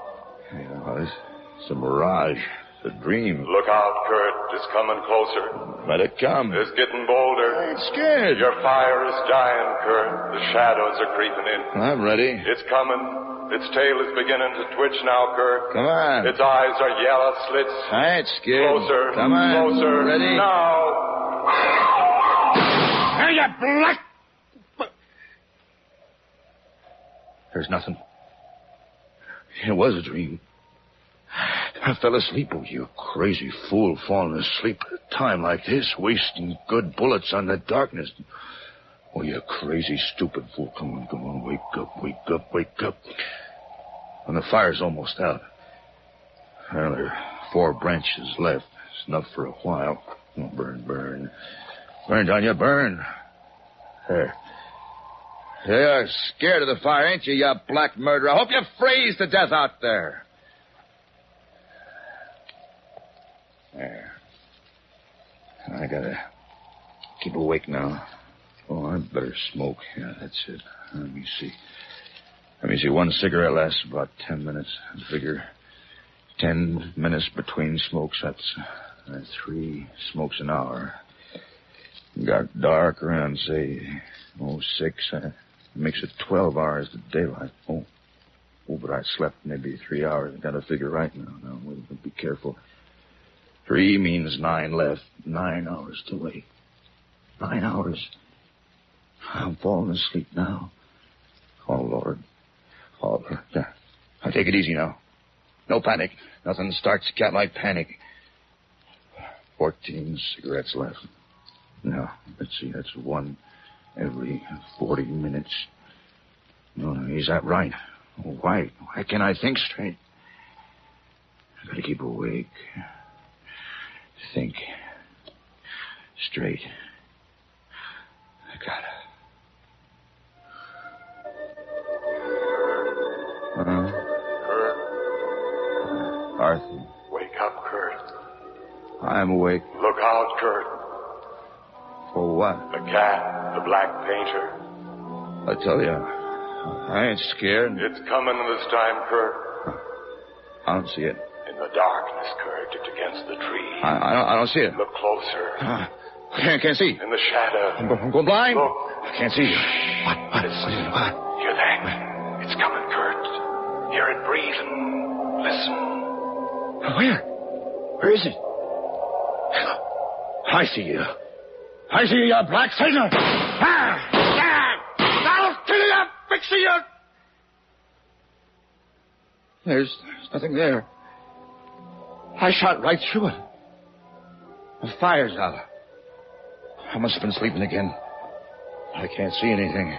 Yeah, well, it's, it's a mirage. It's a dream.
Look out, Kurt. It's coming closer.
Let it come.
It's getting bolder. I
ain't scared.
Your fire is dying, Kurt. The shadows are creeping in.
I'm ready.
It's coming. Its tail is beginning to twitch now, Kurt.
Come on.
Its eyes are yellow slits.
I ain't scared.
Closer.
Come on.
Closer.
Ready?
Now.
Hey, you black. There's nothing. It was a dream. I fell asleep. Oh, you crazy fool falling asleep at a time like this, wasting good bullets on the darkness. Oh, you crazy, stupid fool. Come on, come on. Wake up, wake up, wake up. And the fire's almost out. Well, there are four branches left. It's enough for a while. Oh, burn, burn. Burn, Danya, burn. There. You're scared of the fire, ain't you, you black murderer? I hope you freeze to death out there. There. I gotta keep awake now. Oh, I better smoke. Yeah, that's it. Let me see. Let me see. One cigarette lasts about ten minutes. I figure ten minutes between smokes. That's uh, three smokes an hour. Got dark around, say, oh, six. Uh, makes it 12 hours to daylight. Oh, oh, but I slept maybe three hours. I gotta figure right now. Now, we we'll be careful. Three means nine left. Nine hours to wait. Nine hours. I'm falling asleep now. Oh, Lord. Oh, Lord. Now, take it easy now. No panic. Nothing starts cat like panic. Fourteen cigarettes left. No, let's see, that's one every 40 minutes. No, no, is that right? Why? Why can't I think straight? I gotta keep awake. Think straight. I gotta. Uh, Kurt. Arthur.
Wake up, Kurt.
I'm awake.
Look out, Kurt.
For what?
The cat, the black painter.
I tell you, I ain't scared.
It's coming this time, Kurt.
I don't see it.
In the darkness, Kurt, it's against the tree.
I, I, don't, I don't see it. [sighs]
Look closer.
Uh, I can't, can't see.
In the shadow.
I'm going blind.
Look.
I can't see. What? What?
Listen.
What?
Hear that? It's coming, Kurt. Hear it breathing. Listen.
Where? Where is it? I see you. I see you, black sinner. Ah! Ah! I'll kill you, fix you. There's, there's nothing there. I shot right through it. The fire's out. I must have been sleeping again. I can't see anything.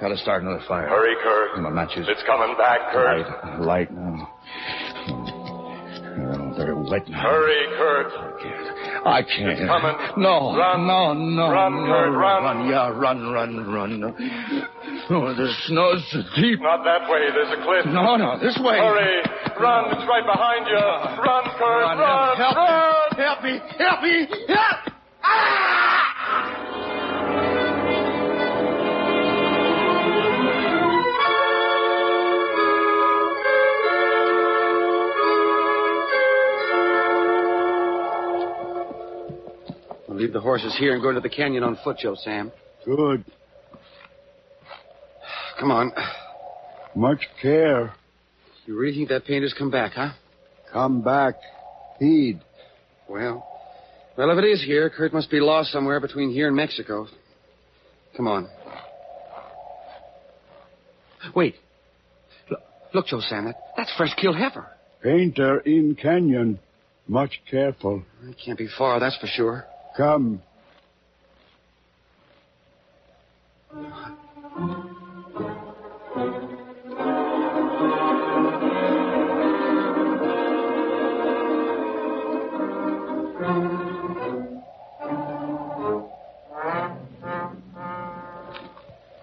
Gotta start another fire.
Hurry, Kurt.
And my matches.
It's coming back, Kurt.
Light, light now. Oh, they're wet now.
Hurry, Kurt.
I can't.
It's coming.
No.
Run.
No, no.
Run,
no,
Kurt, run.
Run, yeah, run, run, run. Oh, the snow's so deep.
Not that way. There's a cliff.
No, no, this way.
Hurry. Run. It's right behind you. Run, Kurt. Run.
Run, yeah, help me.
run.
Help me, help me, help!
We'll leave the horses here and go into the canyon on foot, Joe Sam.
Good.
Come on.
Much care.
You really think that painter's come back, huh?
Come back. Heed.
Well, well, if it is here, Kurt must be lost somewhere between here and Mexico. Come on. Wait. Look, look Joe Sam, that, that's fresh killed heifer.
Painter in canyon. Much careful.
It can't be far, that's for sure.
Come.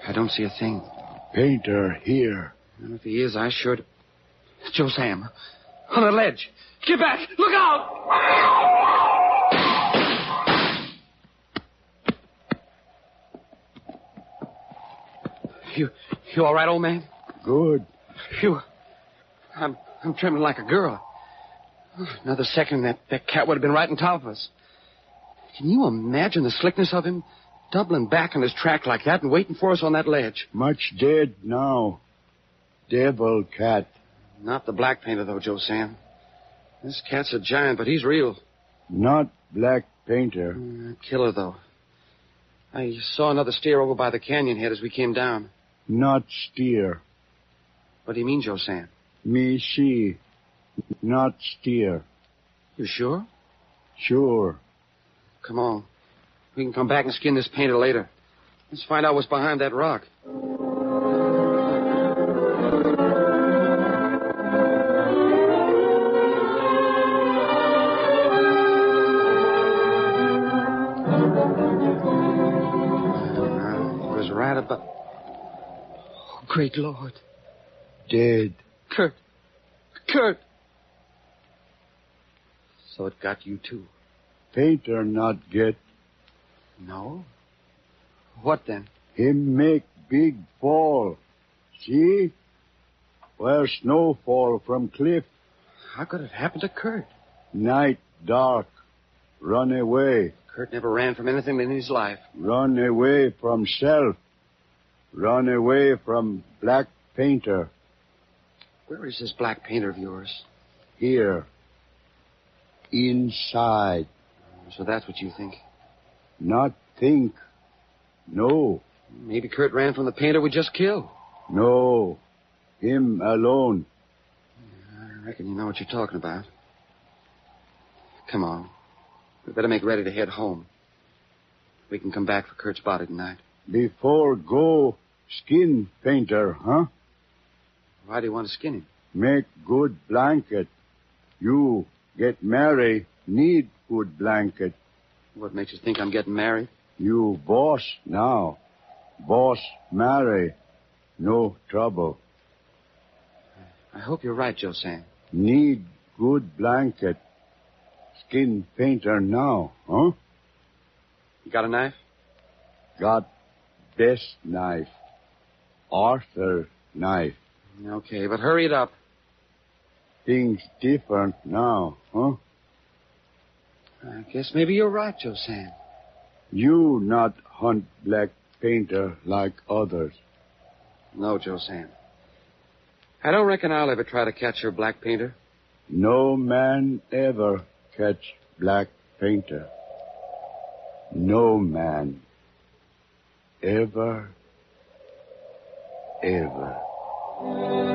I don't see a thing.
Painter here.
And if he is, I sure. d- Joe Sam, on the ledge. Get back! Look out! You, you all right, old man?
Good.
Phew. I'm, I'm trembling like a girl. Another second, that, that cat would have been right on top of us. Can you imagine the slickness of him? Doubling back on his track like that and waiting for us on that ledge.
Much dead now. Devil cat.
Not the black painter, though, Joe Sam. This cat's a giant, but he's real.
Not black painter.
Mm, Killer, though. I saw another steer over by the canyon head as we came down.
Not steer.
What do you mean, Joe Sam?
Me she. Not steer.
You sure?
Sure.
Come on. We can come back and skin this painter later. Let's find out what's behind that rock. Uh, Uh, it was right about. Great Lord.
Dead.
Kurt. Kurt. So it got you too.
Painter not get.
No. What then?
Him make big fall. See? Where snow fall from cliff.
How could it happen to Kurt?
Night dark. Run away.
Kurt never ran from anything in his life.
Run away from self. Run away from black painter.
Where is this black painter of yours?
Here. Inside.
So that's what you think?
Not think. No.
Maybe Kurt ran from the painter we just killed.
No. Him alone.
I reckon you know what you're talking about. Come on. We better make ready to head home. We can come back for Kurt's body tonight.
Before go, skin painter, huh?
Why do you want to skin him?
Make good blanket. You get married, need good blanket.
What makes you think I'm getting married?
You boss now. Boss marry. No trouble.
I hope you're right, Joe Sam.
Need good blanket. Skin painter now, huh?
You got a knife?
Got best knife. Arthur knife.
Okay, but hurry it up.
Things different now, huh?
I guess maybe you're right, Joe Sam.
You not hunt black painter like others.
No, Joe Sam. I don't reckon I'll ever try to catch your black painter.
No man ever catch black painter. No man ever, ever.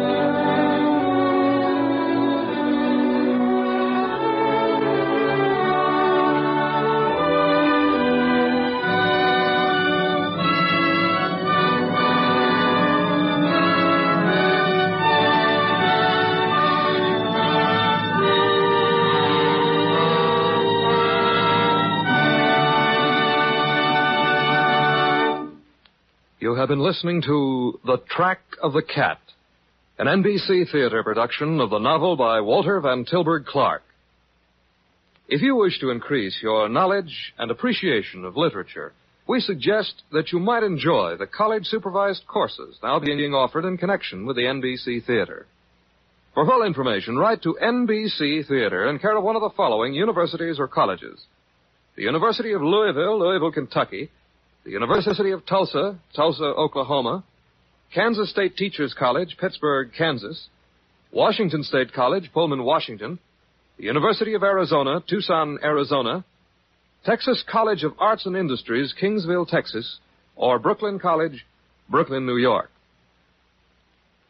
You have been listening to The Track of the Cat, an NBC theater production of the novel by Walter Van Tilburg Clark. If you wish to increase your knowledge and appreciation of literature, we suggest that you might enjoy the college supervised courses now being offered in connection with the NBC theater. For full information, write to NBC Theater in care of one of the following universities or colleges. The University of Louisville, Louisville, Kentucky, the University of Tulsa, Tulsa, Oklahoma, Kansas State Teachers College, Pittsburgh, Kansas, Washington State College, Pullman, Washington, the University of Arizona, Tucson, Arizona, Texas College of Arts and Industries, Kingsville, Texas, or Brooklyn College, Brooklyn, New York.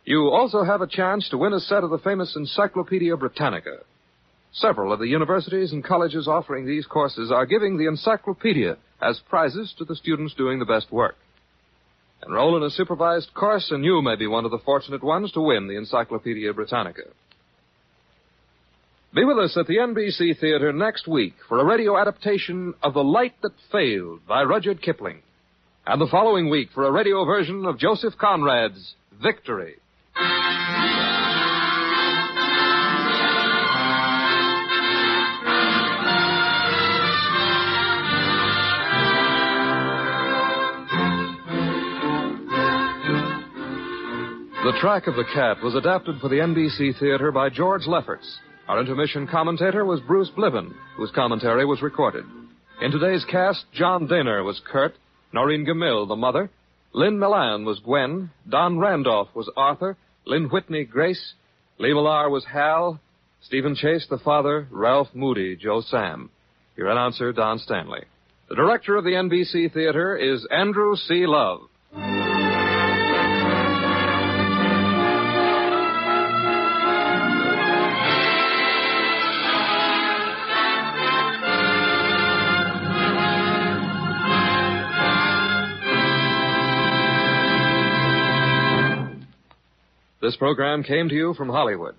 You also have a chance to win a set of the famous Encyclopedia Britannica. Several of the universities and colleges offering these courses are giving the encyclopedia as prizes to the students doing the best work. Enroll in a supervised course, and you may be one of the fortunate ones to win the Encyclopedia Britannica. Be with us at the NBC Theater next week for a radio adaptation of The Light That Failed by Rudyard Kipling, and the following week for a radio version of Joseph Conrad's Victory. The Track of the Cat was adapted for the NBC Theater by George Lefferts. Our intermission commentator was Bruce Bliven, whose commentary was recorded. In today's cast, John Daner was Kurt, Noreen Gamill, the mother, Lynn Milan was Gwen, Don Randolph was Arthur, Lynn Whitney, Grace, Lee Millar was Hal, Stephen Chase, the father, Ralph Moody, Joe Sam. Your announcer, Don Stanley. The director of the NBC Theater is Andrew C. Love. This program came to you from Hollywood.